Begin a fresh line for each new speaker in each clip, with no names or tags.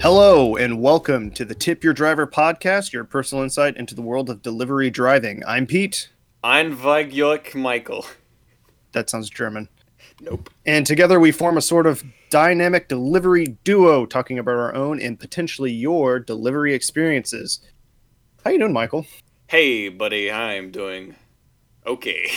Hello and welcome to the Tip Your Driver podcast, your personal insight into the world of delivery driving. I'm Pete.
Ein Vagyok Michael.
That sounds German.
Nope.
And together we form a sort of dynamic delivery duo talking about our own and potentially your delivery experiences. How you doing, Michael?
Hey, buddy, I'm doing okay.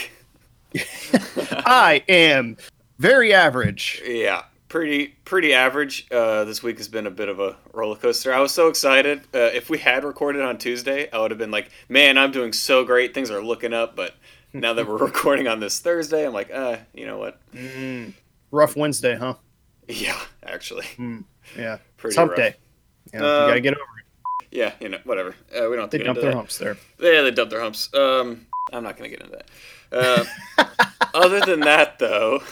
I am very average.
Yeah, pretty pretty average. Uh, this week has been a bit of a roller coaster. I was so excited. Uh, if we had recorded on Tuesday, I would have been like, "Man, I'm doing so great. Things are looking up." But now that we're recording on this Thursday, I'm like, "Uh, you know what? Mm.
Rough Wednesday, huh?
Yeah, actually,
Yeah.
Pretty
it's hump
rough.
day. Yeah,
Um,
you gotta get over it.
yeah, you know, whatever. Uh, we don't have to
They
get
dump
into
their
that.
humps there.
Yeah, they dump their humps. Um, I'm not gonna get into that. Uh, other than that, though,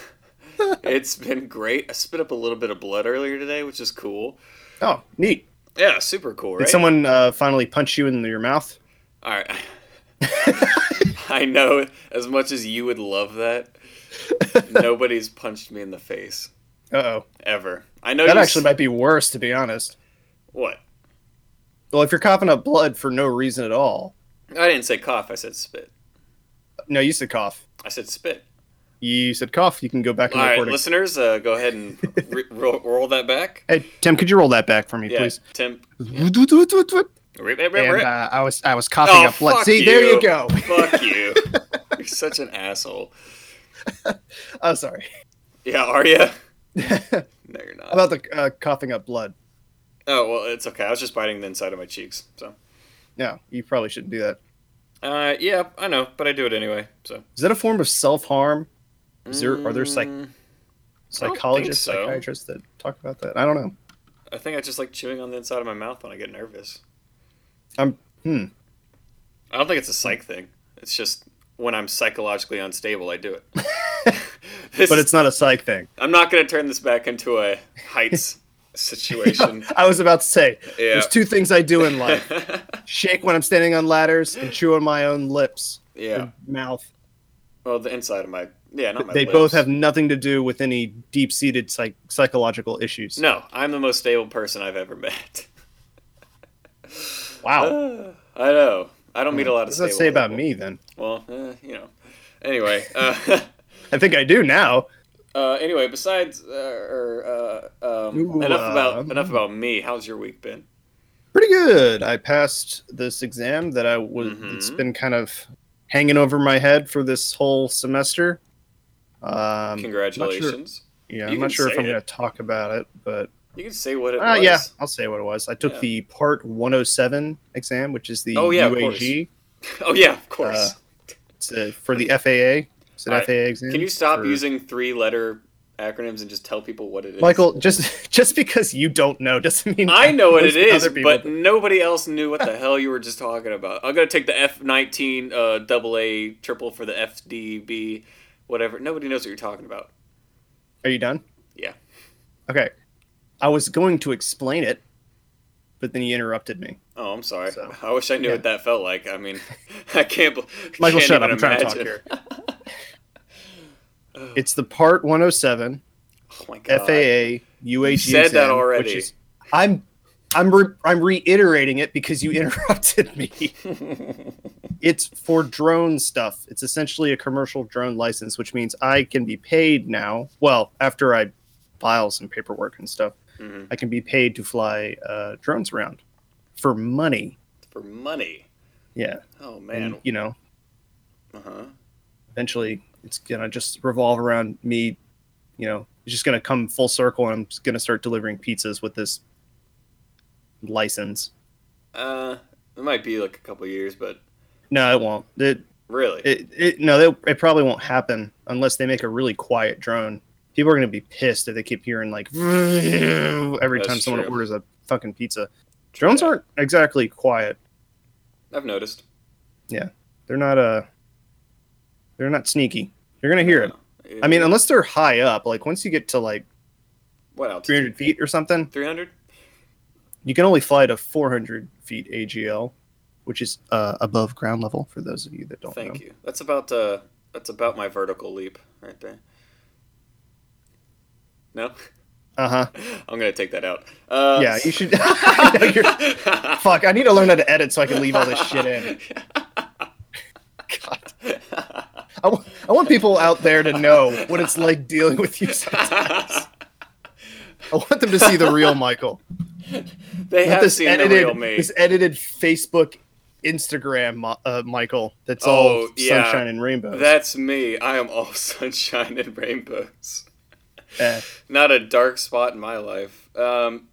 it's been great. I spit up a little bit of blood earlier today, which is cool.
Oh, neat.
Yeah, super cool,
Did
right?
someone uh, finally punch you in your mouth?
All right. I know as much as you would love that, nobody's punched me in the face
Uh oh.
ever. I know
That
you s-
actually might be worse, to be honest.
what?
Well, if you're coughing up blood for no reason at all,
I didn't say cough. I said spit.
no, you said cough.
I said spit.
You said cough. You can go back
All
and
right,
record it.
listeners, uh, go ahead and re- roll, roll that back.
Hey, Tim, could you roll that back for me,
Yeah,
please?
Tim.
And uh,
Rip, rip, rip, rip.
I was I was coughing
Oh,
up blood.
fuck
See, there you
you.
go.
Fuck you. You're such an asshole.
Oh, sorry
Yeah, are you? No, you're not.
about the uh, coughing up blood.
Oh, well, it's okay. I was just biting the inside of my cheeks. So,
No, you probably shouldn't do that.
uh, yeah, I know, but I do it anyway. So,
Is that a form of self harm? Is there are there psych-
Mm,
psychologists,
so.
psychiatrists that talk about that? I don't know.
I think I just like chewing on the inside of my mouth when I get nervous.
I'm hmm.
I don't think it's a psych thing. It's just when I'm psychologically unstable, I do it. This-
But it's not a psych thing.
I'm not going to turn this back into a heights situation.
I was about to say
Yeah.
there's two things I do in life: shake when I'm standing on ladders and chew on my own lips,
yeah.
and mouth.
Well, the inside of my yeah, not my.
they
lips.
both have nothing to do with any deep-seated psych- psychological issues.
No, I'm the most stable person I've ever met.
Wow.
I know. I don't meet a lot
what
of.
does that
stable
say about
people.
me then?
Well, eh, you know. Anyway. Uh,
I think I do now.
Uh, anyway, besides, uh, or, uh, um,
Ooh,
enough about
um,
enough about me. How's your week been?
Pretty good. I passed this exam that I was. It's
Mhm.
been kind of hanging over my head for this whole semester. Um,
Congratulations!
yeah,
You
I'm not
can
sure if
say
I'm
it.
going to talk about it, but
You can say what it
uh,
was.
yeah, I'll say what it was. I took
Yeah.
the Part 107 exam, which is the
Oh, yeah, of course.
UAG.
Oh yeah, of course.
Uh, It's uh, for the FAA. It's an
All right.
FAA exam.
can you stop
for-
using three-letter acronyms and just tell people what it is?
Michael, just just because you don't know doesn't mean
I know what it
most
is,
other people
but nobody else knew what the hell you were just talking about. I'm gonna take the F nineteen uh, double A triple for the FDB, whatever. Nobody knows what you're talking about.
Are you done?
Yeah.
Okay. I was going to explain it, but then you interrupted me.
Oh, I'm sorry.
So,
I wish I knew
yeah.
what that felt like. I mean, I can't. bel-
Michael,
can't
shut up.
even
I'm trying to talk
imagine.
here. It's the Part 107
Oh my god.
FAA UAG.
You said that
exam,
already.
which is- I'm I'm re- I'm reiterating it because you interrupted me. it's for drone stuff. It's essentially a commercial drone license, which means I can be paid now. Well, after I file some paperwork and stuff,
Mhm.
I can be paid to fly uh, drones around for money.
For money.
Yeah,
Oh man.
and you know,
Uh huh.
eventually it's gonna just revolve around me you know it's just gonna come full circle and i'm just gonna start delivering pizzas with this license
Uh, it might be like a couple years, but
no it won't it,
really,
it, it no it, it probably won't happen unless they make a really quiet drone people are gonna be pissed if they keep hearing like every
That's
time someone
true.
orders a fucking pizza drones aren't exactly quiet
I've noticed.
they're not uh they're not sneaky you're gonna hear it i mean unless they're high up like once you get to like
what else?
300 feet or something
Three hundred.
you can only fly to 400 feet AGL, which is uh, above ground level. For those of you that don't
Thank
know,
you. That's about uh, that's about my vertical leap right there. No.
Uh huh.
I'm gonna take that out. Uh,
Yeah, you should. I know you're- fuck, I need to learn how to edit so I can leave all this shit in. God. I wa- I want people out there to know what it's like dealing with you. Sometimes. I want them to see the real Michael.
they
Not
have
this
seen
edited,
the real me.
this edited Facebook, Instagram, Mo- uh, Michael. That's
Oh,
all
yeah.
sunshine and rainbows.
That's me. I am all sunshine and rainbows.
Eh.
Not a dark spot in my life. Um,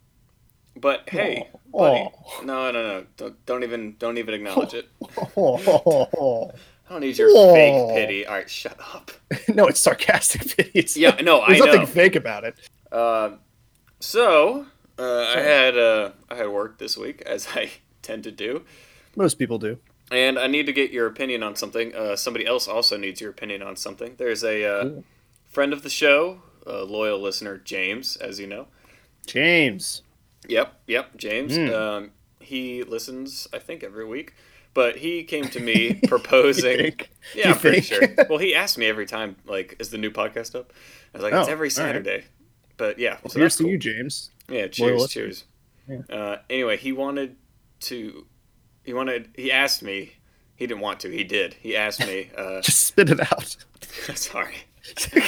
but hey,
Aw.
buddy. No, no, no. Don't, don't even, don't even acknowledge it. I don't need your
Aw.
fake pity. All right, shut up.
no, it's sarcastic videos.
Yeah, no, I
There's nothing
know.
fake about it.
Uh, so uh, I had uh, I had work this week, as I tend to do,
Most people do.
and I need to get your opinion on something. Uh, somebody else also needs your opinion on something. There's a uh,
Cool.
friend of the show, a loyal listener, James, as you know.
James.
Yep, yep, James.
Mm.
Um, he listens, I think, every week. But he came to me proposing.
You think?
Yeah,
You
I'm pretty sure.
think?
Well, he asked me every time, like, is the new podcast up? I was like, it's
Oh,
every
all right.
Saturday. But yeah, so
Here's
that's
to
cool.
you, James.
Yeah,
Loyal
cheers,
listener.
cheers. Uh, anyway, he wanted to. He wanted. He asked me. He didn't want to. He did. He asked me. Uh,
Just spit it out.
sorry.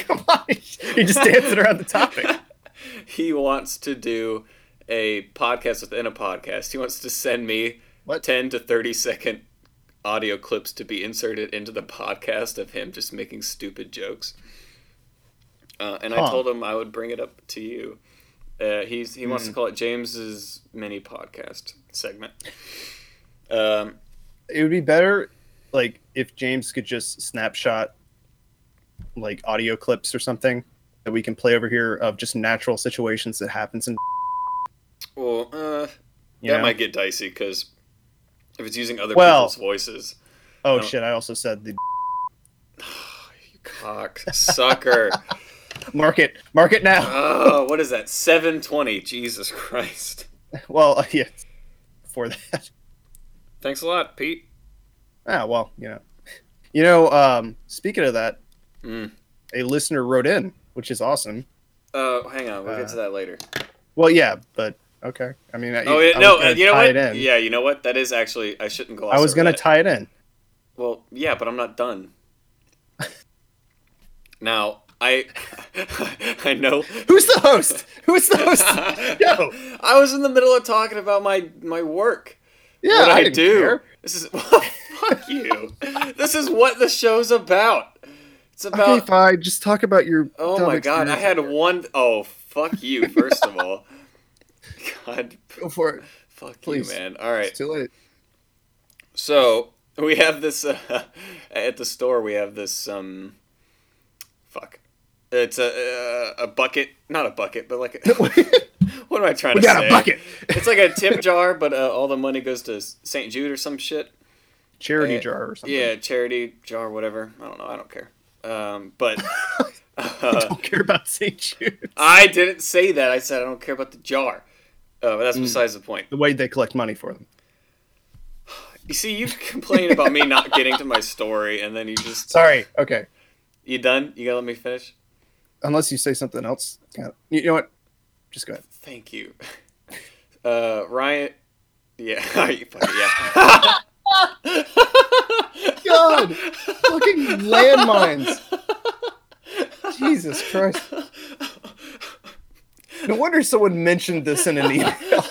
Come on. You're just dancing around the topic.
He wants to do a podcast within a podcast. He wants to send me
What?
10 to 30 second audio clips to be inserted into the podcast of him just making stupid jokes. Uh, and I
Huh.
told him I would bring it up to you. Uh, he's, he
Hmm.
wants to call it James's mini podcast segment. Um,
It would be better, like, if James could just snapshot, like, audio clips or something that we can play over here of just natural situations that happens in.
well, uh,
You
that
know?
might get dicey because if it's using other
Well-
people's voices,
oh
no.
shit! I also said the
you cock sucker.
mark it, mark it now.
oh, what is that? 720. Jesus Christ.
Well, uh, yeah, for that.
Thanks a lot, Pete.
Ah, well, you know, you know. Um, speaking of that,
Mm.
a listener wrote in, which is awesome.
Uh, hang on, we'll
Uh,
get to that later.
Well, yeah, but okay. I mean, I,
Oh
I
yeah,
was
no,
gonna
uh, you know
tie It
what?
in.
Yeah, you know what? That is actually I shouldn't gloss.
I was
over
gonna
that.
tie it in.
well, yeah, but I'm not done. now I, I know.
Who's the host? Who's the host? Yo,
I was in the middle of talking about my my work.
yeah,
what I,
didn't
do.
care.
This is fuck you. this is what the show's about. It's about.
Okay, fine. Just talk about your.
oh
dumb
my god, I
experience.
had one oh fuck you. First of all, God,
Go for it.
fuck
Please.
you, man. All right.
It's too late.
So we have this uh, at the store. We have this um, fuck. It's a a bucket, not a bucket, but like a, what am I trying
we
to
got
say?
a bucket.
It's like a tip jar, but uh, all the money goes to St. Jude or some shit.
Charity
Uh,
jar or something.
Yeah, charity jar, whatever. I don't know. I don't care. Um, but uh,
Don't care about St. Jude.
I didn't say that. I said I don't care about the jar. Uh, but that's
Mm.
besides the point.
The way they collect money for them.
You see, you complain about me not getting to my story, and then you just
Sorry. Okay.
you done. You gotta let me finish.
Unless you say something else. Yeah. You know what? Just go ahead.
Thank you. Uh, Ryan. Yeah. you fucking- yeah.
God, fucking landmines. Jesus Christ. No wonder someone mentioned this in an email.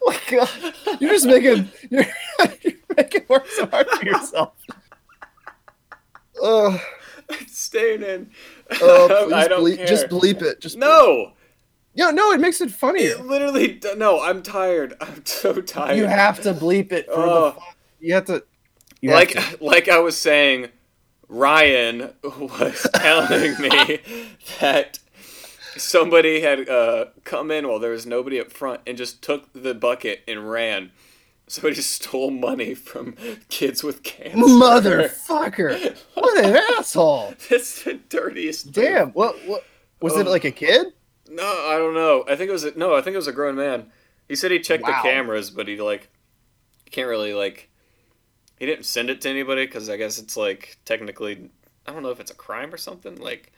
Oh my God, you're just making you're, you're making work so hard for yourself. Ugh.
it's staying in.
oh, please
Oh, I don't
bleep,
care.
just bleep it. Just
No.
yeah, no, it makes it funnier.
It literally. d- No. I'm tired. I'm so tired.
You have to bleep it. For
Oh.
the fuck. You have to. You have
like
to.
like I was saying, Ryan was telling me that somebody had uh, come in while there was nobody up front and just took the bucket and ran. Somebody stole money from kids with cancer.
Motherfucker! What an asshole!
That's the dirtiest. thing.
Damn. What? What? Was it
Ugh.
like a kid?
No, I don't know. I think it was a, no. I think it was a grown man. He said he checked
Wow.
the cameras, but he like can't really like. He didn't send it to anybody because I guess it's like technically I don't know if it's a crime or something. Like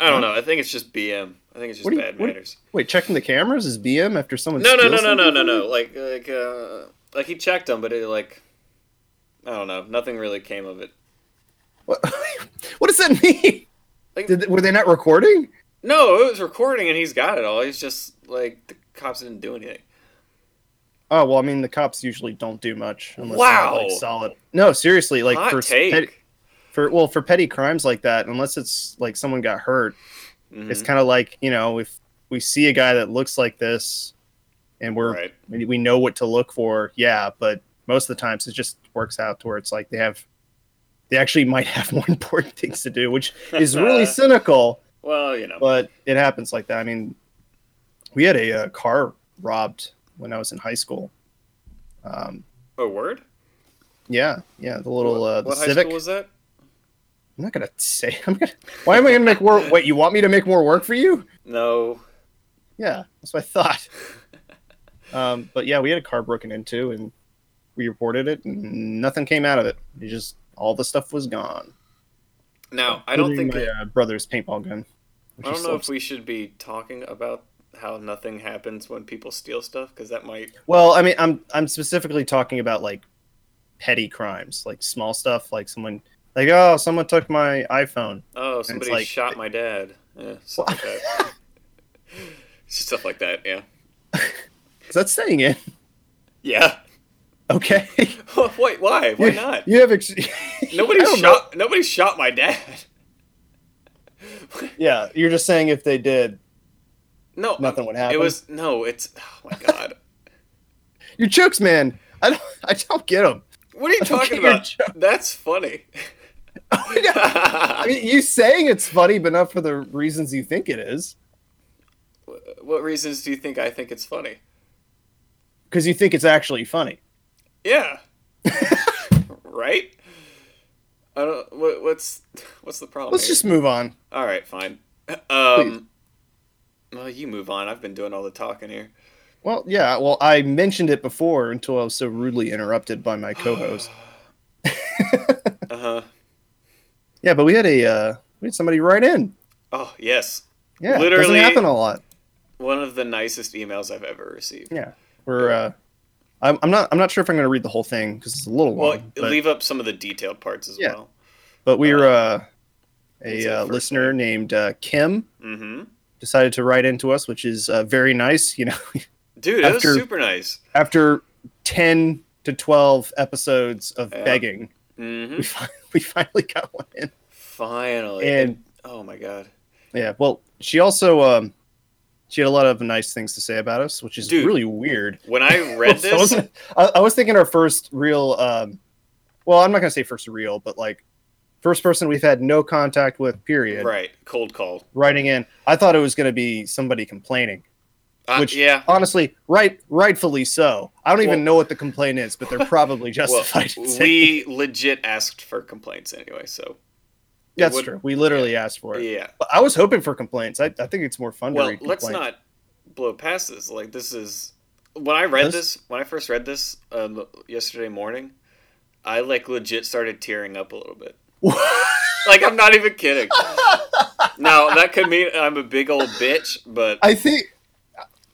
I don't know. I think it's just BM. I think it's just
What do you-
bad
what-
manners.
Wait, checking the cameras is BM after someone?
No, no,
steals
no, no, no,
something
no,
from you?
no. Like, like, uh, like he checked them, but it like, I don't know. Nothing really came of it.
What, what does that mean?
Like-
Did, they- were they not recording?
No, it was recording, and he's got it all. He's just like the cops didn't do anything.
Oh well, I mean, the cops usually don't do much unless
Wow.
they're like solid. No, seriously, like
Hot
for
take.
Petty, for well for petty crimes like that, unless it's like someone got hurt,
Mhm.
it's kind of like you know if we see a guy that looks like this, and we're
right.
we we know what to look for. Yeah, but most of the times it just works out to where it's like they have they actually might have more important things to do, which is really cynical,
Well, you know.
but it happens like that. I mean, we had a uh, car robbed when I was in high school. Um,
A Oh, word.
yeah, yeah, the little
What-
uh, the
what high
Civic.
school was that?
I'm not gonna say. I'm gonna. Why am I gonna make more? What you want me to make more work for you?
No.
Yeah, that's what I thought. um, but yeah, we had a car broken into, and we reported it, and nothing came out of it. It just all the stuff was gone.
Now I don't
Including
think.
my uh, brother's paintball gun. which
I
is
don't know if
still-
we should be talking about how nothing happens when people steal stuff because that might.
Well, I mean, I'm I'm specifically talking about like petty crimes, like small stuff, like someone like oh someone took my iPhone.
Oh, somebody
like-
shot my dad. Yeah, stuff like that. stuff like that. Yeah.
Is that saying it?
Yeah.
Okay.
Wait, why? Why not?
You have ex-
Nobody
I don't know.
shot. Nobody shot my dad.
Yeah, you're just saying if they did,
No,
nothing would happen.
It was no. It's oh my god.
your jokes, man. I don't I don't get them.
What are you
I don't
talking
get your
about?
joke.
That's funny.
I mean, you saying it's funny, but not for the reasons you think it is,
what reasons do you think I think it's funny?
because you think it's actually funny.
Yeah. right. I don't. What, what's what's the problem?
Let's
here?
just move on.
All right. Fine. Um. Well, you move on. I've been doing all the talking here.
Well, yeah. Well, I mentioned it before until I was so rudely interrupted by my co-host.
Uh huh.
yeah, but we had a uh, we had somebody write in.
Oh yes.
Yeah, doesn't
Literally-
happen a lot.
One of the nicest emails I've ever received.
Yeah, we're. Uh, I'm, I'm not. I'm not sure if I'm going to read the whole thing because it's a little
Well,
long. But,
leave up some of the detailed parts as
Yeah.
well.
but we were uh,
Let's
a
say
uh,
first
listener named uh, Kim
Mm-hmm.
decided to write into us, which is uh, very nice. You know,
Dude, it
After-
was super nice.
after 10 to 12 episodes of
Yeah.
begging
Mm-hmm.
we, fi- we finally got one in
Finally.
and
oh my god,
yeah well she also um she had a lot of nice things to say about us which is
Dude.
really weird
when I read
So I,
this,
wasn't- I, I was thinking our first real um well i'm not gonna say first real but like first person we've had no contact with period
right? Cold call.
writing in i thought it was gonna be somebody complaining
Uh,
Which-
yeah.
honestly right rightfully so i don't
Well-
even know what the complaint is but they're probably
Well,
justified in saying it.
we legit asked for complaints anyway, so It
That's
would-
true. We literally asked for it.
yeah.
But I was hoping for complaints. I, I think it's more fun to
Well,
read complaints.
let's not blow past this. Like this is when I read
This-
this, when I first read this um, yesterday morning, I like legit started tearing up a little bit. Like I'm not even kidding. now that could mean I'm a big old bitch, but
I think.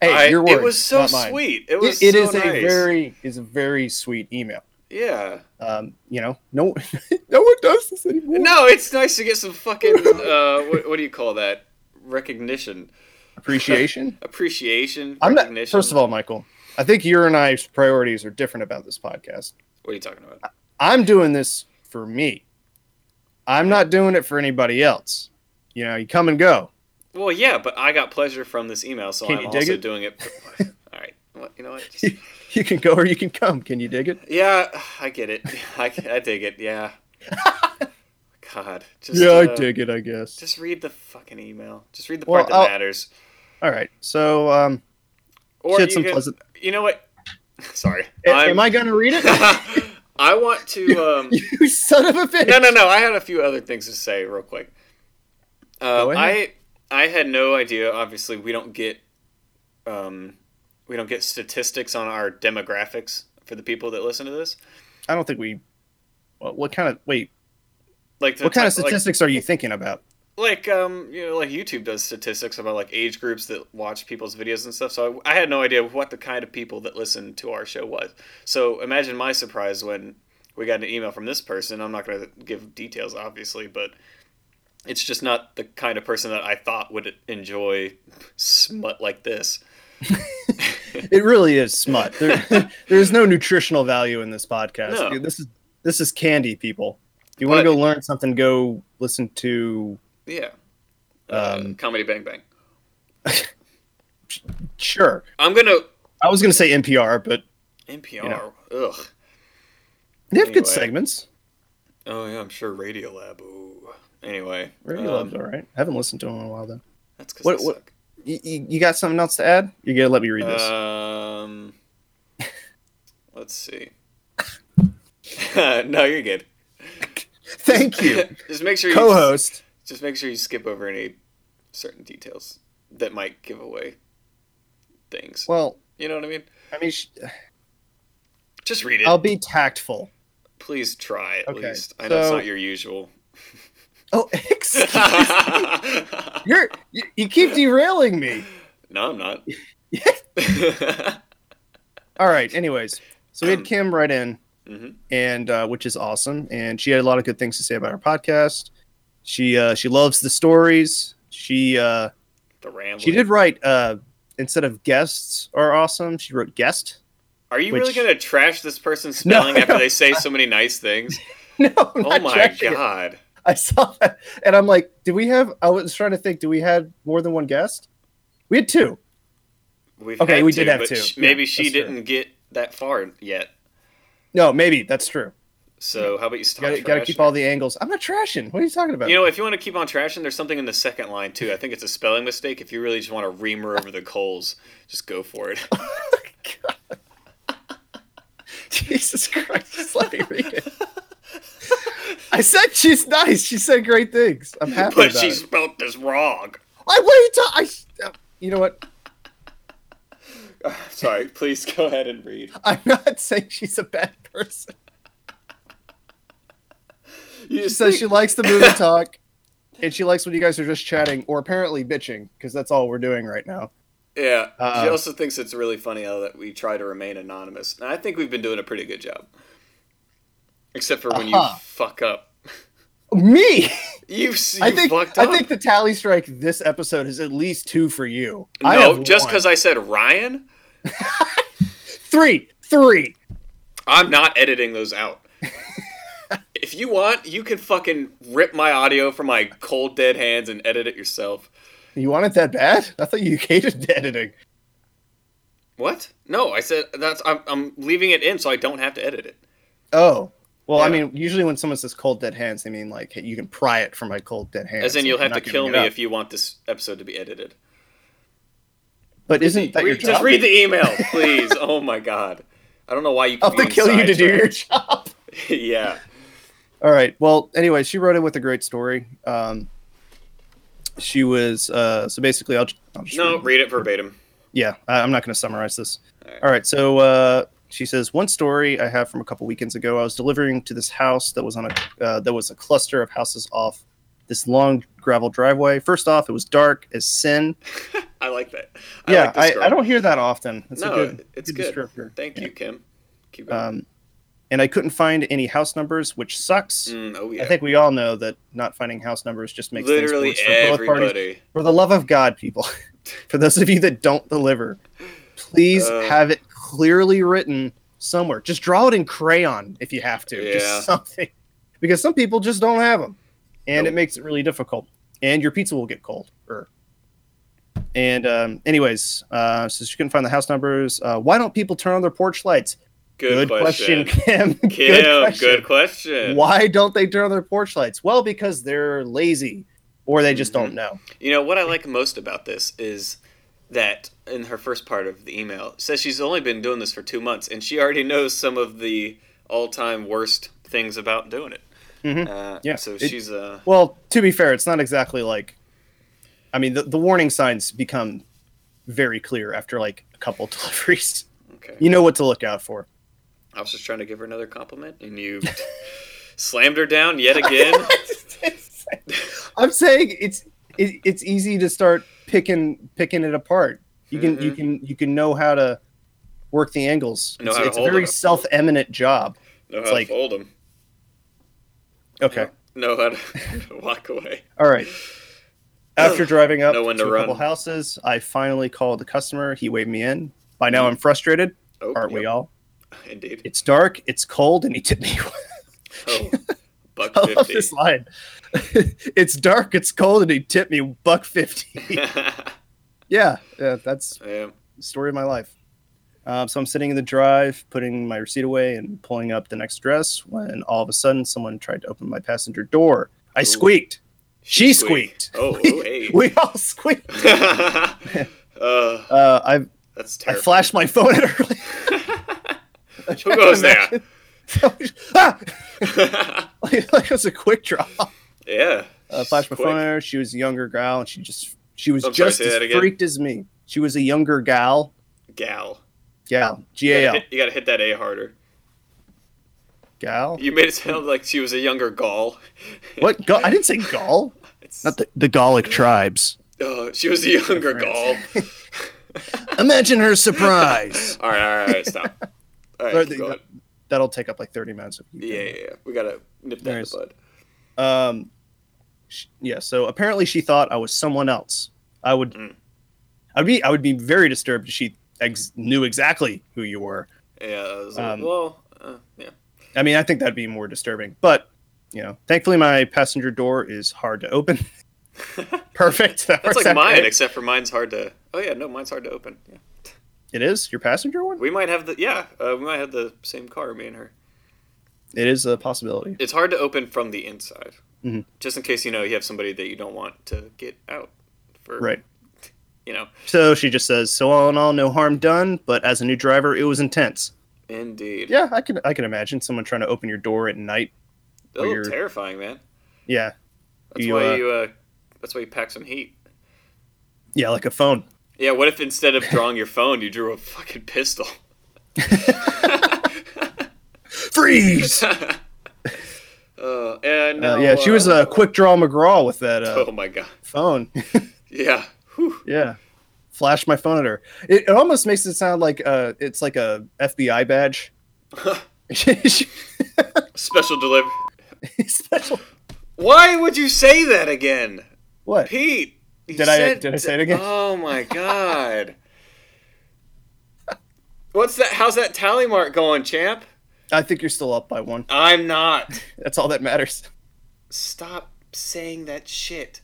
Hey,
I-
your words,
it was so
not mine.
sweet. It
It-
was.
it
so
is a
nice.
very is a very sweet email.
yeah.
Um, you know, no, no one does this anymore.
No, it's nice to get some fucking uh, what, what do you call that? Recognition,
Appreciation.
appreciation,
I'm not.
recognition.
First of all, Michael, I think your and I's priorities are different about this podcast.
what are you talking about?
I'm doing this for me. I'm not doing it for anybody else. You know, you come and go.
Well, yeah, but I got pleasure from this email, so
Can
I'm
you dig
also
it?
doing it. For, all right, well, you know what? Just-
You can go or you can come. Can you dig it?
yeah, I get it. I, I dig it. Yeah. God. Just,
yeah, I
uh,
dig it. I guess.
Just read the fucking email. Just read the
Well,
part that
I'll-
matters.
All right. So, um,
Or
she
you,
had some
can-
pleasant.
you know what? Sorry.
A-
I'm-
Am I going to read it?
I want to. Um,
you son of a bitch!
no, no, no. I had a few other things to say real quick. Uh,
Go
I
ahead.
I had no idea. Obviously, we don't get um, we don't get statistics on our demographics for the people that listen to this.
I don't think we. What, what kind of wait?
Like the
What kind of
type- like-
statistics are you thinking about?
like um you know like YouTube does statistics about like age groups that watch people's videos and stuff. So I, I had no idea what the kind of people that listened to our show was. So imagine my surprise when we got an email from this person. I'm not going to give details obviously, but it's just not the kind of person that I thought would enjoy smut like this.
It really is smut. There, there's no nutritional value in this podcast.
No.
Dude, This is this is candy, people. If you want to
But-
go learn something, go listen to
Yeah. Uh,
Um,
comedy Bang Bang.
sure.
I'm gonna
I was going to say NPR, but
NPR. Ugh.
they have
Anyway.
good segments.
Oh yeah, I'm sure Radiolab. Ooh. Anyway,
Radio
um,
Lab's all right. I haven't listened to them in a while though.
That's because
What- what- You, you, you got something else to add? You gotta let me read this.
Um, let's see. no, you're good.
Thank you,
just make sure you
co-host.
Just make sure you skip over any certain details that might give away things.
Well,
You know what I mean?
I mean, sh-
Just read it.
I'll be tactful.
Please try at
Okay,
least. I know it's
so-
not your usual.
Oh, excuse You're you, you keep derailing me.
no, I'm not.
All right. Anyways, so we
Um,
had Kim right in,
hmm
and uh, which is awesome, and she had a lot of good things to say about our podcast. She uh, she loves the stories. She uh,
The rambling.
she did write uh, instead of guests are awesome. She wrote guest.
Are you really
which-
gonna trash this person's
No,
spelling after
no.
they say so many nice things?
No, I'm
oh
not
my
trashing it.
god.
I saw that, and I'm like, do we have? I was trying to think. Do we have more than one guest? We had two.
We've
Okay,
had
we
to,
did have
but
two.
sh-
Yeah,
Maybe she
that's true.
didn't get that far yet.
No, maybe that's true.
So how about you
You
stop?
gotta, gotta keep
trashing
all the angles. I'm not trashing. What are you talking
her?
about?
You know, if you want to keep on trashing, there's something in the second line too. I think it's a spelling mistake. If you really just want to reamer over the coals, just go for it.
Jesus Christ, just let me read it. I said she's nice. She said great things. I'm happy
but
about
she
it.
spelt this wrong.
I, what are you talking? I, you know what?
Sorry, please go ahead and read.
I'm not saying she's a bad person.
You
She
just
says
think-
she likes the movie talk, and she likes when you guys are just chatting or apparently bitching because that's all we're doing right now.
yeah. she
Uh-uh.
also thinks it's really funny how that we try to remain anonymous, and I think we've been doing a pretty good job. Except for when
Uh-huh.
you fuck up.
Me.
You, s- you
I think
fucked up.
I think the tally strike this episode is at least two for you. I
no,
have
just
one.
because I said Ryan,
three, three.
I'm not editing those out. if you want, you can fucking rip my audio from my cold dead hands and edit it yourself.
You want it that bad? I thought you hated editing.
What? No, I said that's. I'm, I'm leaving it in so I don't have to edit it.
Oh. Well, I
Yeah.
mean, usually when someone says cold dead hands, they mean like hey, you can pry it from my cold dead hands.
As in, you'll
I'm
have to
not
kill
giving it
me
up.
if you want this episode to be edited.
But isn't that your
Read- just
job?
read the email, please. oh my god, I don't know why you.
I'll
keep
have to
being
kill you to do your job.
sidetracked. yeah.
All right. Well, anyway, she wrote it with a great story. Um, she was uh, so basically, I'll, I'll just
No,
read it.
read it verbatim.
yeah I, i'm not going to summarize this all
All
right,
right.
so uh, she says one story i have from a couple weekends ago i was delivering to this house that was on a uh, that was a cluster of houses off this long gravel driveway first off it was dark as sin
I like that.
yeah
like this
I,
girl.
I don't hear that often it's
No, uh,
a good
it's
good,
good.
descriptor
Thank you, Kim. Keep going.
um, and i couldn't find any house numbers which sucks
Mm, oh yeah.
I think we all know that not finding house numbers just makes things
literally
worse for both parties.
everybody.
For the love of God, people, for those of you that don't deliver, please
Uh.
have it clearly written somewhere. Just draw it in crayon if you have to.
Yeah.
Just something. Because some people just don't have them. And
Nope.
it makes it really difficult. And your pizza will get cold. Er. And, um, anyways, uh, so she couldn't find the house numbers. Uh, why don't people turn on their porch lights?
Good, question.
Kim.
Kim, good question.
Why don't they turn on their porch lights? Well, because they're lazy or they just
Mm-hmm.
don't know.
You know what I like most about this is that in her first part of the email it says she's only been doing this for two months and she already knows some of the all-time worst things about doing it.
Mhm.
Uh,
Yeah,
So
it-
she's uh,
Well, to be fair, it's not exactly like. I mean, the, the warning signs become very clear after like a couple deliveries.
okay.
You know what to look out for.
I was just trying to give her another compliment and you slammed her down yet again.
I'm saying it's it, it's easy to start picking picking it apart. You can you can you can know how to work the angles.
Mm-hmm. Know
it's
how to
it's a
hold
very
it.
self-eminent job.
Know
It's
how
like-
to fold them.
Okay.
Know how to walk away.
All right. After driving up
Know when
to,
to
a couple
run.
houses, I finally called the customer. He waved me in. By now, I'm frustrated.
Mm-hmm. Oh,
Aren't we
yep,
all?
Indeed.
It's dark. It's cold, and he tipped me.
Oh, buck
I love
fifty.
this line. it's dark. It's cold, and he tipped me buck fifty. yeah, yeah, that's
yeah.
the story of my life. Um, so I'm sitting in the drive, putting my receipt away, and pulling up the next dress when all of a sudden someone tried to open my passenger door. I
Ooh.
squeaked. She squeaked.
Oh, oh, hey.
We all squeaked.
uh,
Uh, I
that's
I
terrible.
flashed my phone at her.
Who goes there?
ah! like, like it was a quick draw.
yeah.
Uh, flashed my
Quick.
phone at her. She was a younger gal, and she just she was
I'm sorry,
just
say that
as
again.
freaked as me. She was a younger gal.
Gal.
Gal. G
You
A
gotta,
L.
hit, you gotta hit that A harder.
Gal.
You made it sound like she was a younger Gaul.
What? Ga- I didn't say Gaul.
It's-
Not the, the Gallic tribes.
Oh, she was a younger Gaul.
Imagine her surprise.
All right, all right, all right, stop. All
Or
right,
the-
keep going.
That'll take up like 30 minutes. Of
Yeah, yeah, yeah. We gotta nip that in
Nice.
the bud.
Um, sh yeah. So apparently she thought I was someone else. I would,
Mm.
I'd be, I would be very disturbed if she ex- knew exactly who you were.
Yeah, I was like,
Um,
well, uh, yeah.
I mean, I think that'd be more disturbing. But you know, thankfully my passenger door is hard to open. Perfect. That works
That's like
out
mine,
great.
except for mine's hard to. Oh yeah, no, mine's hard to open. Yeah.
It is your passenger one.
We might have the yeah, uh, we might have the same car, me and her.
It is a possibility.
It's hard to open from the inside,
Mhm.
just in case you know you have somebody that you don't want to get out. For
Right.
you know,
So she just says, "So all in all, no harm done, but as a new driver, it was intense."
indeed.
Yeah, I can I can imagine someone trying to open your door at night.
Oh,
Weird.
terrifying, man.
Yeah,
That's
You,
why
uh,
you. Uh, that's why you pack some heat.
yeah, like a phone.
Yeah. What if instead of drawing your phone, you drew a fucking pistol?
Freeze.
Uh, and
Uh,
now,
yeah, she was
uh,
a quick draw McGraw with that uh,
oh my god.
phone.
Yeah. Whew.
yeah, flashed my phone at her. It, it almost makes it sound like uh, it's like a FBI badge.
Special delivery.
Special.
Why would you say that again,
What?
Pete? you
Did I- did I say it again?
Oh my god. What's that? How's that tally mark going, champ?
I think you're still up by one.
I'm not.
That's all that matters.
Stop saying that shit.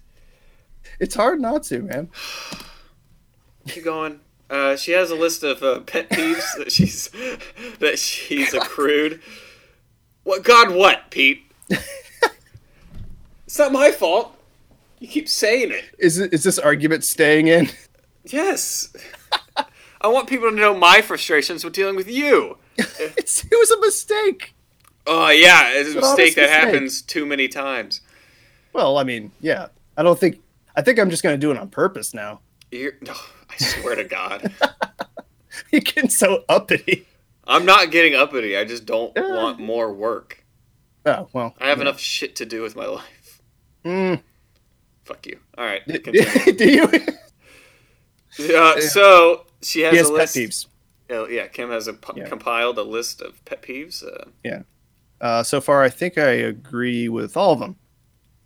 It's hard not to, man.
Keep going. Uh, she has a list of uh, pet peeves that she's that she's accrued. What God? What Pete? it's not my fault. You keep saying it.
Is it- is this argument staying in?
Yes. I want people to know my frustrations with dealing with you.
It's, it was a mistake.
Oh yeah, it's a
an honest
mistake that
mistake.
happens too many times.
Well, I mean, yeah. I don't think. I think I'm just gonna do it on purpose now.
You're, no, I swear to God,
You're getting so uppity.
I'm not getting uppity. I just don't
Yeah.
want more work.
Oh well.
I have enough shit to do with my life.
Mm.
Fuck you. All right. continue.
do you?
uh, so she has
He has
a
pet
list.
peeves.
Oh, yeah, Kim has a, pu-
Yeah.
compiled a list of pet peeves. Uh,
Uh, so far, I think I agree with all of them.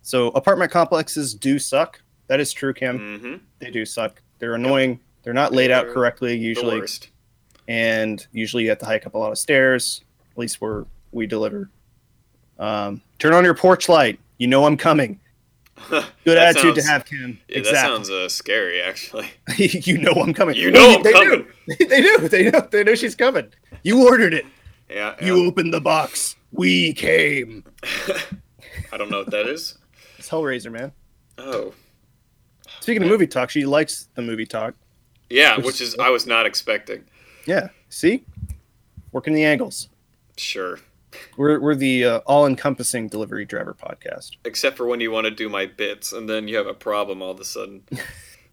So apartment complexes do suck. That is true, Kim.
mm-hmm.
They do suck. They're annoying. They're not laid out
They're
correctly
The
usually,
worst.
and usually you have to hike up a lot of stairs. At least where we deliver. Um, turn on your porch light. You know I'm coming. Good
That
attitude
sounds-
to have, Kim.
Yeah, that
exactly.
sounds uh, scary, actually.
you know I'm coming.
You
Well,
know I'm
they
coming.
Do. They do. They know. They know she's coming. You ordered it.
Yeah, yeah.
You opened the box. We came.
I don't know what that is.
It's Hellraiser, man.
Oh,
Speaking of movie talk, she likes the movie talk.
yeah,
Which
which
is-
is I was not expecting.
Yeah. See, working the angles.
Sure,
We're we're the uh, all-encompassing delivery driver podcast.
except for when you want to do my bits, and then you have a problem all of a sudden,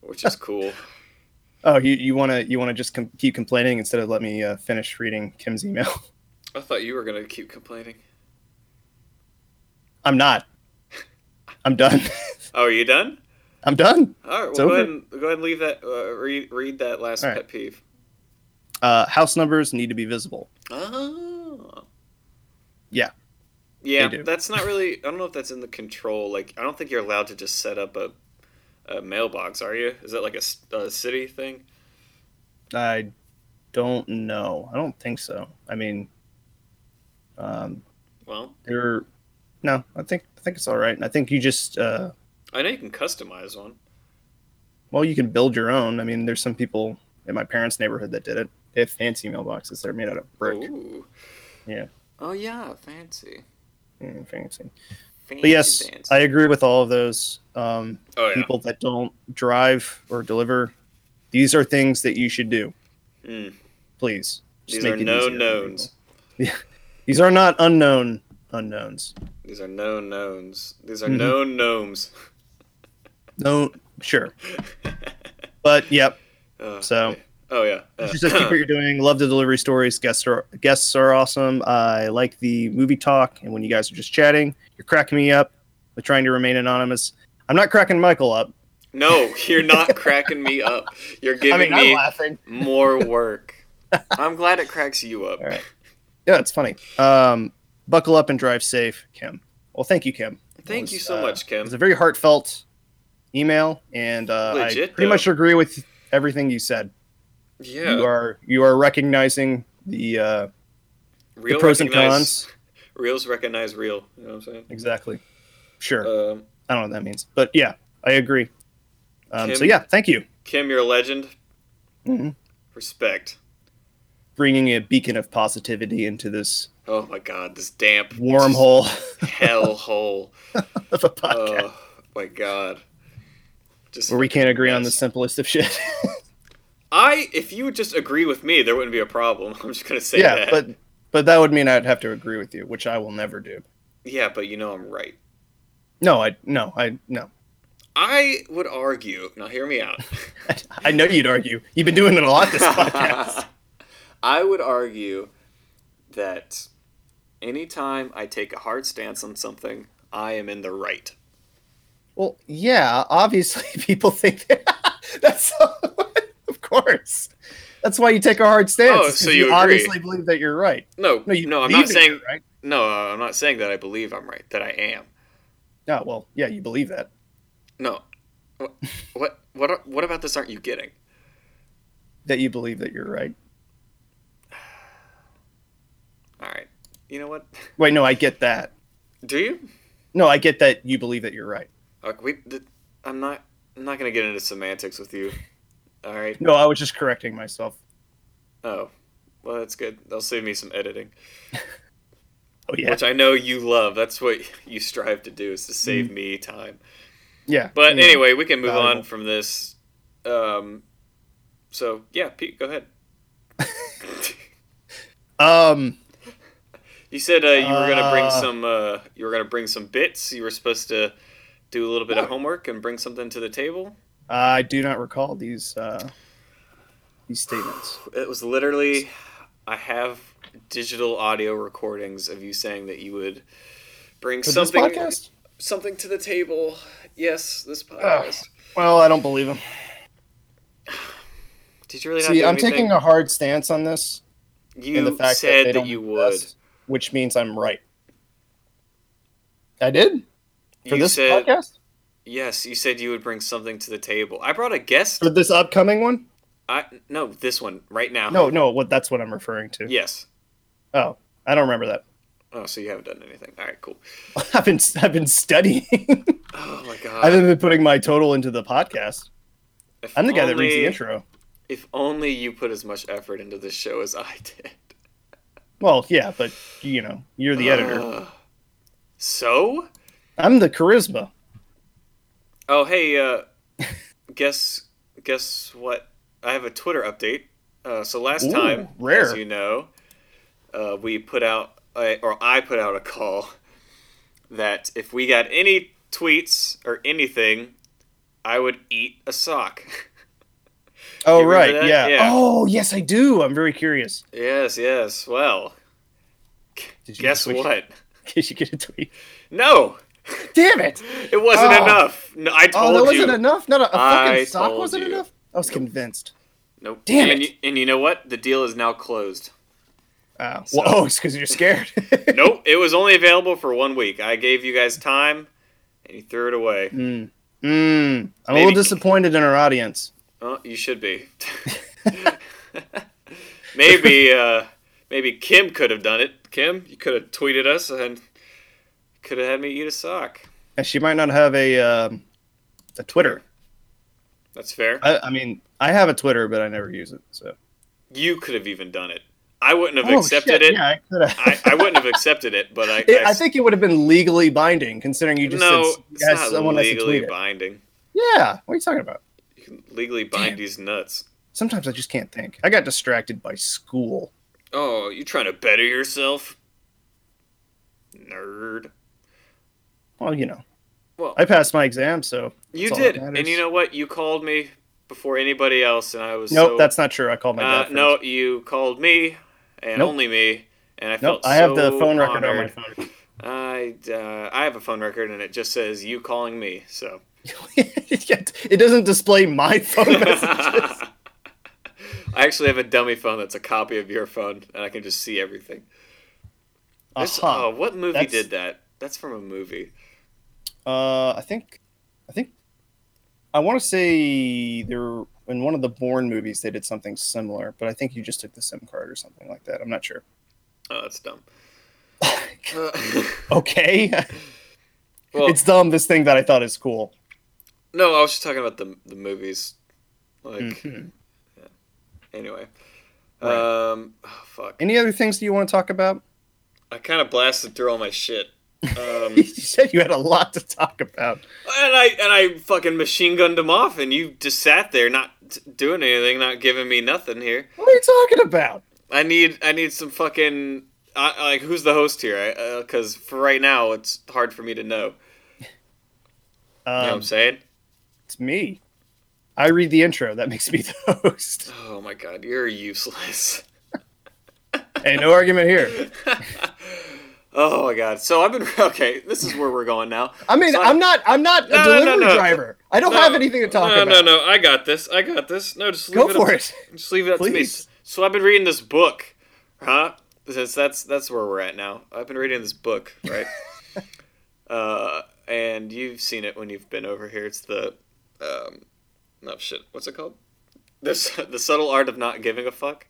which is cool.
Oh, you you want to you want to just com- keep complaining instead of let me uh, finish reading Kim's email.
I thought you were gonna keep complaining.
I'm not. I'm done.
Oh, are you done?
I'm done.
All right, well,
It's
go
over.
ahead, and, go ahead and leave that. Uh, read, read that last
All right.
pet peeve.
Uh, house numbers need to be visible.
Oh.
Yeah.
Yeah,
They do.
that's not really. I don't know if that's in the control. Like, I don't think you're allowed to just set up a, a mailbox, are you? Is that like a, s- a city thing?
I don't know. I don't think so. I mean, um,
Well,
they're no. I think I think it's all right. I think you just uh,
I know you can customize one.
well, you can build your own. I mean, there's some people in my parents' neighborhood that did it. They have fancy mailboxes. They're made out of brick.
Ooh.
Yeah.
Oh yeah, fancy.
Mm, fancy.
fancy
But yes,
dancy.
I agree with all of those. Um,
oh yeah.
People that don't drive or deliver, these are things that you should do.
Mm.
Please. Just
These are
make it
known
easier for
knowns.
people. These are not unknown unknowns.
These are known knowns. These are
Mhm.
known gnomes.
No, sure. But yep,
Uh,
So-
Oh yeah. Uh,
just keep what you're doing. Love the delivery stories. Guests are guests are awesome. I like the movie talk, and when you guys are just chatting, you're cracking me up with trying to remain anonymous. I'm not cracking Michael up.
no, you're not cracking me up. You're
I
giving
mean,
me
I'm laughing.
more work. I'm glad it cracks you up.
All right. Yeah, it's funny. Um, buckle up and drive safe, Kim. Well, thank you, Kim.
Thank
was,
you so
uh,
much,
It
Kim.
was a very heartfelt email, and uh,
Legit,
I pretty
though.
much agree with everything you said.
yeah,
You are you are recognizing the uh, the
real
pros and
recognize-
cons.
Reels recognize real. You know what I'm saying?
Exactly. Sure.
Um,
I don't know what that means, but yeah, I agree. Um, so
Kim-
yeah, thank you.
Kim, you're a legend.
Mhm.
Respect.
Bringing a beacon of positivity into this
Oh my God, this damp
wormhole
hell hole.
of a podcast
Oh my God. Just
where we can't agree on the
Yes.
simplest of shit.
I, if you would just agree with me, there wouldn't be a problem. I'm just gonna say
yeah,
that.
but but that would mean I'd have to agree with you, which I will never do.
yeah, but you know I'm right.
No, I no, I no.
I would argue. Now hear me out.
I know you'd argue. You've been doing it a lot this podcast.
I would argue that anytime I take a hard stance on something, I am in the right.
well, yeah, obviously people think that, that's of course. That's why you take a hard stance.
Oh,
is 'cause
so you agree.
obviously believe that you're right.
No,
No, you
no, I'm
believe
not
that
saying
you're right.
no. uh, I'm not saying that I believe I'm right. That I am.
No, well, yeah, you believe that.
No. What? What? What, are- what about this? Aren't you getting?
that you believe that you're right.
All right. You know what?
Wait, no, I get that.
Do you?
No, I get that you believe that you're right.
Like we. th- I'm not. I'm not gonna get into semantics with you. All right.
No, I was just correcting myself.
Oh. Well, that's good. That'll save me some editing.
Oh yeah,
which I know you love. That's what you strive to do is to save me time.
yeah. Mm.
But
yeah.
anyway, we can move on
Mm. valuable.
from this. Um, so yeah, Pete, go ahead.
um,
you said uh, you were gonna bring
Uh.
some. Uh, you were gonna bring some bits. You were supposed to do a little bit of
What?
homework and bring something to the table.
I do not recall these uh, these statements.
It was literally, I have digital audio recordings of you saying that you would bring
For this
something
podcast?
something to the table. Yes, this podcast.
Well, I don't believe them.
Did you really not
See,
do
I'm
anything?
taking a hard stance on this,
You
and the fact
said
that,
that,
they don't
you would.
invest, which means I'm right. I did for
you
this
said
podcast,
yes. You said you would bring something to the table. I brought a guest.
for this upcoming one.
I no, this one right now.
No, no, what that's what I'm referring to.
Yes.
Oh, I don't remember that.
Oh, so you haven't done anything. All right, cool.
I've been I've been studying.
Oh my
I
god.
haven't been putting my total into the podcast.
If
I'm the guy that reads the
only-
intro.
If only you put as much effort into this show as I did.
Well, yeah, but you know, you're the editor.
Ugh. Uh, so?
I'm the charisma.
Oh hey, uh, guess guess what? I have a Twitter update. Uh, so last
Ooh,
time,
rare.
as you know, uh, we put out a, or I put out a call that if we got any tweets or anything, I would eat a sock.
Oh
You remember
right,
that?
yeah.
Yeah.
Oh yes, I do. I'm very curious.
yes, yes. Well,
Did
guess
switch-
what?
Did you get a tweet?
No.
damn it!
It wasn't
Oh.
enough. No, I
Oh,
told
that
you.
wasn't enough. Not a, a
I
fucking sock
told
wasn't
you.
enough. I was convinced.
Nope.
Damn
and
it.
You, and you know what? The deal is now closed.
Oh,
So-
well, oh, it's because you're scared.
nope. It was only available for one week. I gave you guys time, and you threw it away.
Mm. Mm. I'm a
Maybe-
little disappointed in our audience.
Oh, you should be. maybe, uh, maybe Kim could have done it. Kim, you could have tweeted us and could have had me eat a sock.
And she might not have a um, a Twitter.
That's fair.
I, I mean, I have a Twitter, but I never use it. So
You could have even done it. I wouldn't have
Oh,
accepted
shit,
it.
Yeah, I could have.
I, I wouldn't have accepted it, but I.
It, I think it would have been legally binding, considering you just
no,
said
it's
yes,
not
someone has to
legally
tweet it.
binding.
Yeah, what are you talking about?
You can legally bind
Damn.
these nuts.
Sometimes I just can't think. I got distracted by school.
Oh, you trying to better yourself, nerd?
Well, you know,
Well,
I passed my exam, so
you
that's all that
did, and
matters.
you know what? You called me before anybody else, and I was
nope,
so,
that's not true. I called my
uh,
dad.
no.
first.
You called me, and
Nope.
only me, and I
nope.
felt
I have the
so
phone record on my
honored.
phone.
I uh, I have a phone record, and it just says you calling me. So
it doesn't display my phone messages.
I actually have a dummy phone that's a copy of your phone, and I can just see everything. This-
Uh-huh.
Oh, what movie
That's-
did that? That's from a movie.
Uh, I think, I think, I want to say there in one of the Bourne movies they did something similar, but I think you just took the SIM card or something like that. I'm not sure.
Oh, that's dumb. Uh,
okay,
well,
it's dumb. This thing that I thought is cool.
no, I was just talking about the the movies. Like
Hmm.
anyway,
Right.
um, oh, fuck.
Any other things that you want to talk about?
I kind of blasted through all my shit. Um,
you said you had a lot to talk about.
And I and I fucking machine gunned them off, and you just sat there not t- doing anything, not giving me nothing here.
What are you talking about?
I need I need some fucking I, I- like who's the host here? Because for right now, it's hard for me to know. You know what
Um,
I'm saying?
it's me. I read the intro. That makes me the host.
Oh my god, you're useless.
hey, no argument here.
oh my god. So I've been okay. This is where we're going now.
I mean,
So
I'm not. I'm not a
No, no,
delivery
no, no.
driver. I don't
No,
have anything to talk
no,
about.
No, no, I got this. I got this. No, just leave
Go
it
for
up,
it.
Just leave it up
Please.
to me. So I've been reading this book, huh? Since that's that's where we're at now. I've been reading this book, right? uh, and you've seen it when you've been over here. It's the, um, no shit. What's it called? This the subtle art of not giving a fuck.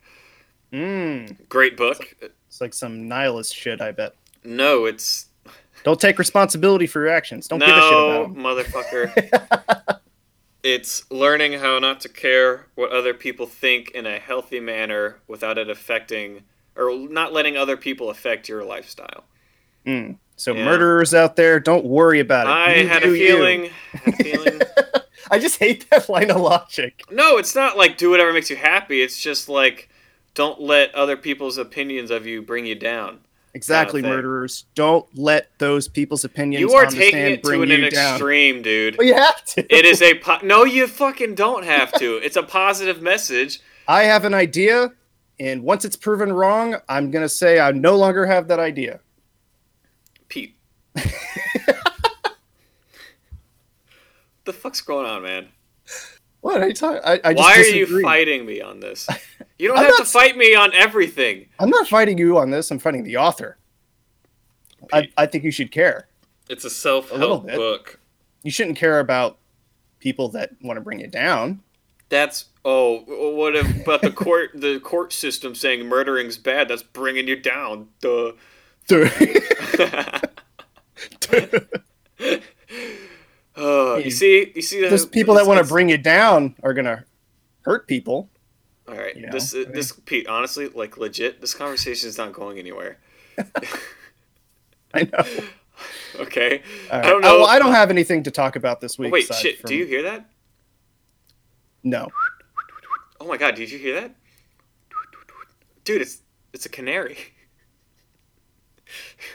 Mm,
Great book.
it's like some nihilist shit. I bet.
No, it's
Don't take responsibility for your actions. Don't give a shit about
no,
'em.
motherfucker. it's learning how not to care what other people think in a healthy manner without it affecting or not letting other people affect your lifestyle.
Mm. So
Yeah.
murderers out there, don't worry about it.
I
You
had a
do you.
feeling. Had a feeling.
I just hate that line of logic.
No, it's not like do whatever makes you happy. It's just like don't let other people's opinions of you bring you down.
Exactly,
thing.
murderers. Don't let those people's opinions.
You are
on the
taking
stand
it to
bring
an,
you down.
extreme, dude.
Well, you have to.
It is a po- no. You fucking don't have to. It's a positive message.
I have an idea, and once it's proven wrong, I'm gonna say I no longer have that idea.
Pete. the fuck's going on, man?
What are you talking? I, I just
Why are you
disagree.
fighting me on this? You don't
I'm
have
not
to fight me on everything.
I'm not fighting you on this. I'm fighting the author. I,
Pete.
I think you should care.
It's a self
A little
help
bit.
book.
You shouldn't care about people that want to bring you down.
That's oh, w- what if, about the court? The court system saying murdering's bad. That's bringing you down. Duh. Uh, you
Yeah.
see, you see,
Those
how-
people that
it's-
want to
it's-
bring you down are gonna hurt people.
All right,
you know,
this
I
uh,
mean-
this Pete. Honestly, like legit, this conversation is not going anywhere.
I know. All
Okay,
right.
I don't know. Oh,
well, I don't have anything to talk about this week.
Wait,
aside
shit!
from-
Do you hear that?
No.
Oh my god, did you hear that? Dude, it's it's a canary.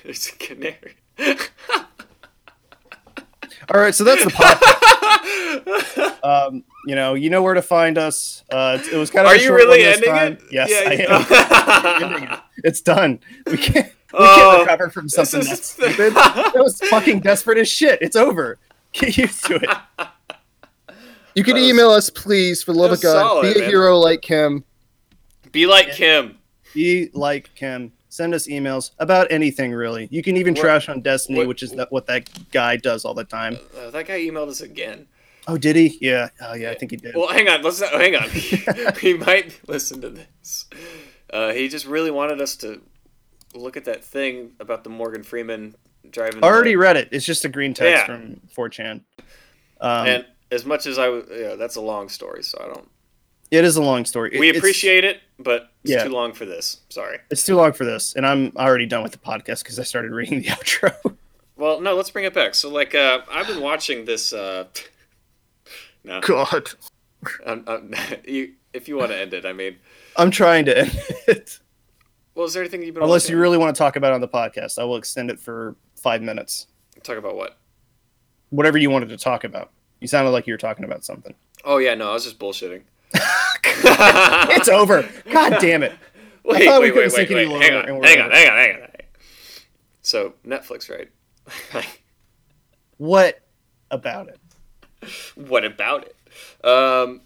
It's a canary.
All right, so that's the podcast. um, you know, you know where to find us. Uh, it's- it was kind of.
Are
a
you
short
really
one this
ending
time.
it?
Yes,
Yeah,
I am.
you-
Ending it. It's done. We can't. We can't recover from something
Oh. is-
that stupid. that was fucking desperate as shit. It's over. Get used to it.
You can
That was-
email us, please, for the love
that
of
was
God.
solid,
Be a
man.
hero like him.
Be like Kim.
Be like Kim. Send us emails about anything, really. You can even
What-
trash on Destiny,
what-
which is that, what that guy does all the time.
Uh, that guy emailed us again.
Oh, did he? Yeah. Oh, yeah. I think he did.
Well, hang on. Let's not, hang on. he might listen to this. Uh, he just really wanted us to look at that thing about the Morgan Freeman driving. the-
Already read it. It's just a green text
Yeah.
from 4chan. Um,
and as much as I, was, yeah, that's a long story, so I don't.
it is a long story. It-
We
it's-
appreciate it, but it's
Yeah.
too long for this. Sorry.
It's too long for this, and I'm already done with the podcast because I started reading the outro.
Well, no, let's bring it back. So, like, uh, I've been watching this. Uh, no,
God.
I'm, I'm, you, if you want to end it, I mean,
I'm trying to end it.
well, is there anything you've been?
Unless
watching?
you really want to talk about it on the podcast, I will extend it for five minutes.
talk about what?
Whatever you wanted to talk about. You sounded like you were talking about something.
Oh yeah, no, I was just bullshitting.
It's over. God damn it.
Wait,
thought we
wait,
couldn't
wait,
sink
wait,
any
wait.
lower
Hang on,
and
hang
we're
on, hang on,
over.
hang on, So Netflix, right?
What about it?
what about it? Um,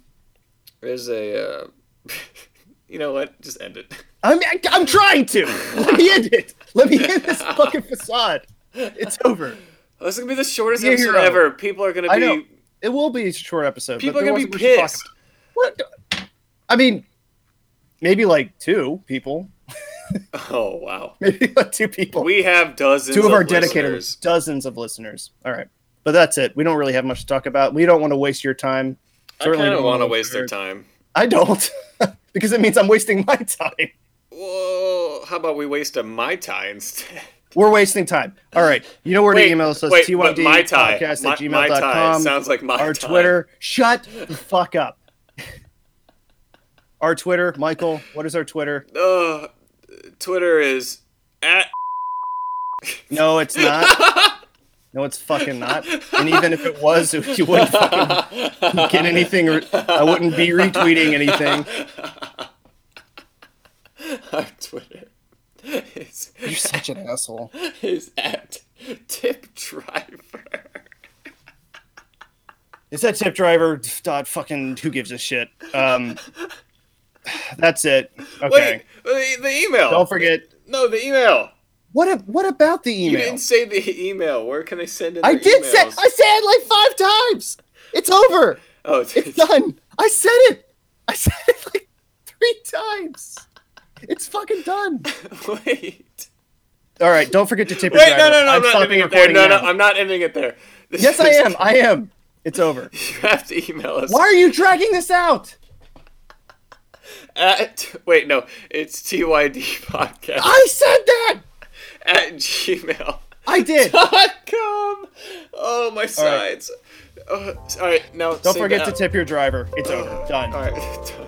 there's a. Uh, you know what? Just end it.
I'm I'm trying to. Let me end it. Let me end this fucking facade. It's over.
This is gonna be the shortest
Be a
episode
hero.
ever. People are gonna
I
be.
know. It will be a short episode. but
People are
there
gonna be
wasn't much to talk
pissed.
about. What? I mean, maybe like two people.
Oh wow.
Maybe like two people.
We have dozens.
two of our dedicated
dedicated.
dozens of listeners. All right, but that's it. We don't really have much to talk about. We don't want to waste your time.
I
Certainly
kind of
don't
want to
wanna
waste their
waste
time.
I don't, because it means I'm wasting my time.
Whoa! How about we waste a mai tai instead?
We're wasting time. All right, you know where to email us. That's
wait, but
typodcast
mai tai.
at
Mi- Mai Tai
gmail.com.
sounds like my
Our Twitter. Shut the fuck up. Our Twitter, Michael. What is our Twitter?
Uh, Twitter is at
No, it's not. No, it's fucking not. And even if it was, you wouldn't fucking get anything. Re- I wouldn't be retweeting anything.
Our Twitter is,
You're such an asshole.
is at Tip Driver.
It's that tip driver dot fucking who gives a shit. Um, that's it. Okay.
Wait, the, the email.
Don't forget.
No, the email.
What a, what about the
You
email?
didn't say the email. Where can I send in
I
the
did say
emails?
I said it like five times. It's over.
Oh,
It's done. I said it. I said it like three times. It's fucking done.
wait.
All right. Don't forget to tip your
Wait,
driver.
no, no, no,
I'm
I'm not
stopping
ending it there.
recording
No, no,
now.
I'm not ending it there. This
yes, I
is-
am. I am. It's over.
You have to email us.
Why are you dragging this out?
At, wait, no, it's TYD podcast
I said that.
at gmail.
I did.
com. Oh my sides. Uh, All right, now
Don't forget to tip your driver. It's over. Done.
All right.